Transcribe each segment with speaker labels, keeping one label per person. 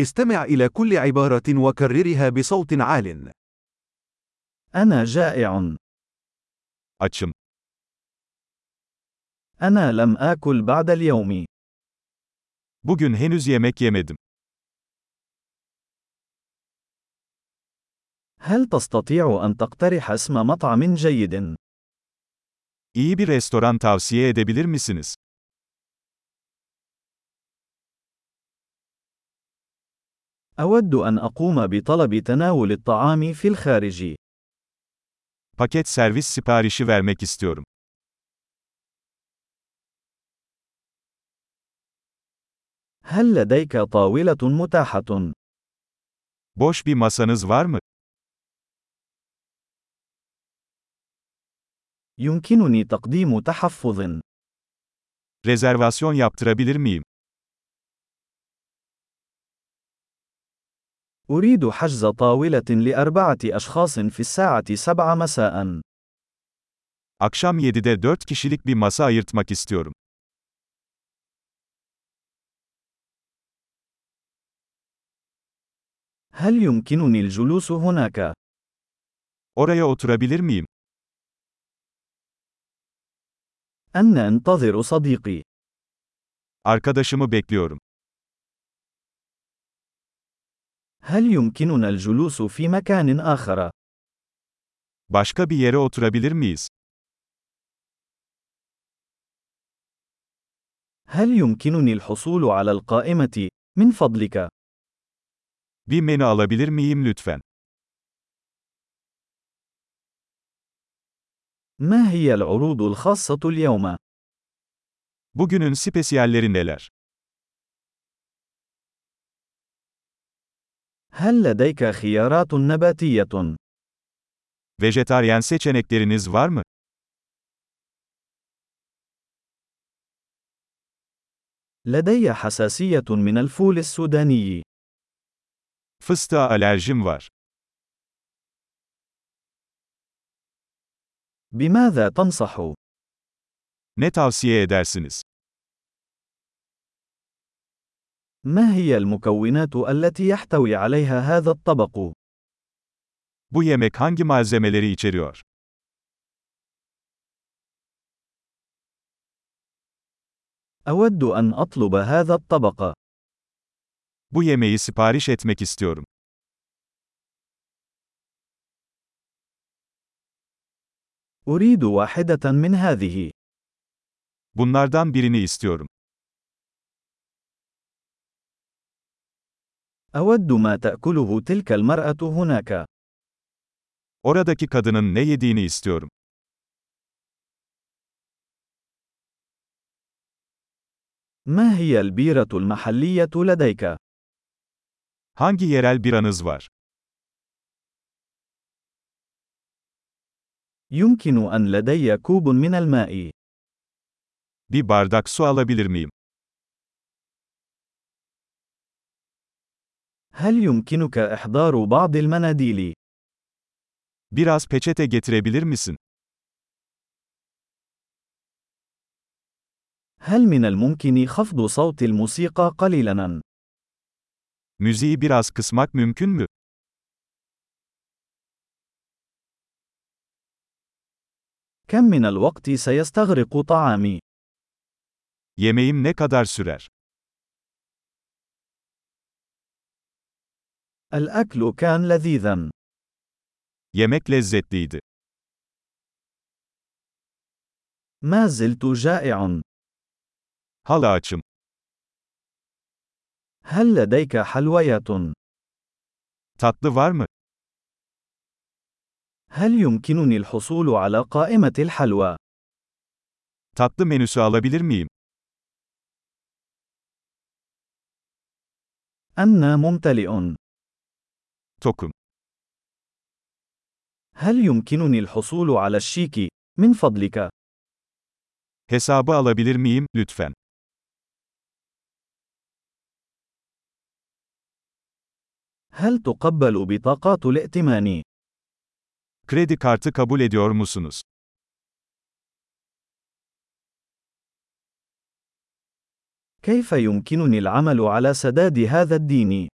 Speaker 1: استمع إلى كل عبارة وكررها بصوت عال.
Speaker 2: أنا جائع.
Speaker 1: Açım.
Speaker 2: أنا لم آكل بعد اليوم.
Speaker 1: Bugün henüz yemek yemedim.
Speaker 2: هل تستطيع أن تقترح اسم مطعم جيد؟
Speaker 1: İyi bir restoran tavsiye edebilir misiniz?
Speaker 2: أود أن أقوم بطلب تناول الطعام في الخارج.
Speaker 1: Paket servis siparişi vermek istiyorum.
Speaker 2: هل لديك طاولة متاحة؟
Speaker 1: Boş bir masanız var mı?
Speaker 2: يمكنني تقديم تحفظ.
Speaker 1: Rezervasyon yaptırabilir miyim?
Speaker 2: أريد حجز طاولة لأربعة أشخاص في الساعة 7 مساء.
Speaker 1: Akşam 7'de 4 kişilik bir masa ayırtmak istiyorum.
Speaker 2: هل يمكنني الجلوس هناك؟
Speaker 1: Oraya oturabilir miyim?
Speaker 2: أنا أنتظر صديقي.
Speaker 1: Arkadaşımı bekliyorum.
Speaker 2: هل يمكننا الجلوس في مكان آخر؟
Speaker 1: Başka bir yere oturabilir miyiz?
Speaker 2: هل يمكنني الحصول على القائمة؟ من فضلك،
Speaker 1: Bir menü alabilir miyim lütfen?
Speaker 2: ما هي العروض الخاصة اليوم؟
Speaker 1: Bugünün spesiyalleri neler?
Speaker 2: هل لديك خيارات نباتية؟
Speaker 1: Vejetaryen seçenekleriniz var mı?
Speaker 2: لدي حساسية من الفول السوداني.
Speaker 1: Fıstığa alerjim var.
Speaker 2: بماذا تنصح؟
Speaker 1: Ne tavsiye edersiniz?
Speaker 2: ما هي المكونات التي يحتوي عليها هذا الطبق؟
Speaker 1: Bu yemek hangi malzemeleri içeriyor?
Speaker 2: أود أن أطلب هذا الطبق.
Speaker 1: Bu yemeği sipariş etmek istiyorum.
Speaker 2: أريد واحدة من هذه.
Speaker 1: Bunlardan birini istiyorum.
Speaker 2: أود ما تأكله تلك المرأة هناك.
Speaker 1: Oradaki kadının ne yediğini istiyorum.
Speaker 2: ما هي البيرة المحلية لديك؟
Speaker 1: Hangi yerel biranız var?
Speaker 2: يمكن أن لدي كوب من الماء.
Speaker 1: Bir bardak su alabilir miyim?
Speaker 2: هل يمكنك إحضار بعض المناديل؟
Speaker 1: Biraz peçete getirebilir misin?
Speaker 2: هل من الممكن خفض صوت الموسيقى قليلاً؟
Speaker 1: Müziği biraz kısmak mümkün mü?
Speaker 2: كم من الوقت سيستغرق طعامي؟
Speaker 1: Yemeğim ne kadar sürer?
Speaker 2: الأكل كان لذيذاً.
Speaker 1: Yemek lezzetliydi.
Speaker 2: ما زلت جائع.
Speaker 1: Hala açım.
Speaker 2: هل لديك حلويات؟
Speaker 1: Tatlı var mı?
Speaker 2: هل يمكنني الحصول على قائمة الحلوى؟
Speaker 1: Tatlı menüsü alabilir miyim?
Speaker 2: أنا ممتلئ.
Speaker 1: Tokum.
Speaker 2: هل يمكنني الحصول على الشيك؟ من فضلك،
Speaker 1: Hesabı alabilir miyim, lütfen?
Speaker 2: هل تقبل بطاقات الائتمان؟
Speaker 1: Kredi kartı kabul ediyor musunuz?
Speaker 2: كيف يمكنني العمل على سداد هذا الدين؟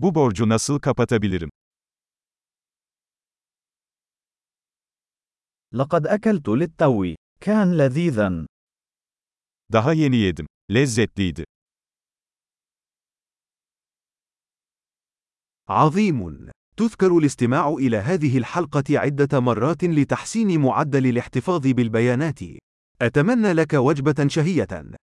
Speaker 1: Bu borcu nasıl kapatabilirim?
Speaker 2: لقد أكلت للتو. كان لذيذا.
Speaker 1: Daha yeni yedim. Lezzetliydi.
Speaker 3: عظيم تذكر الاستماع الى هذه الحلقه عده مرات لتحسين معدل الاحتفاظ بالبيانات اتمنى لك وجبه شهيه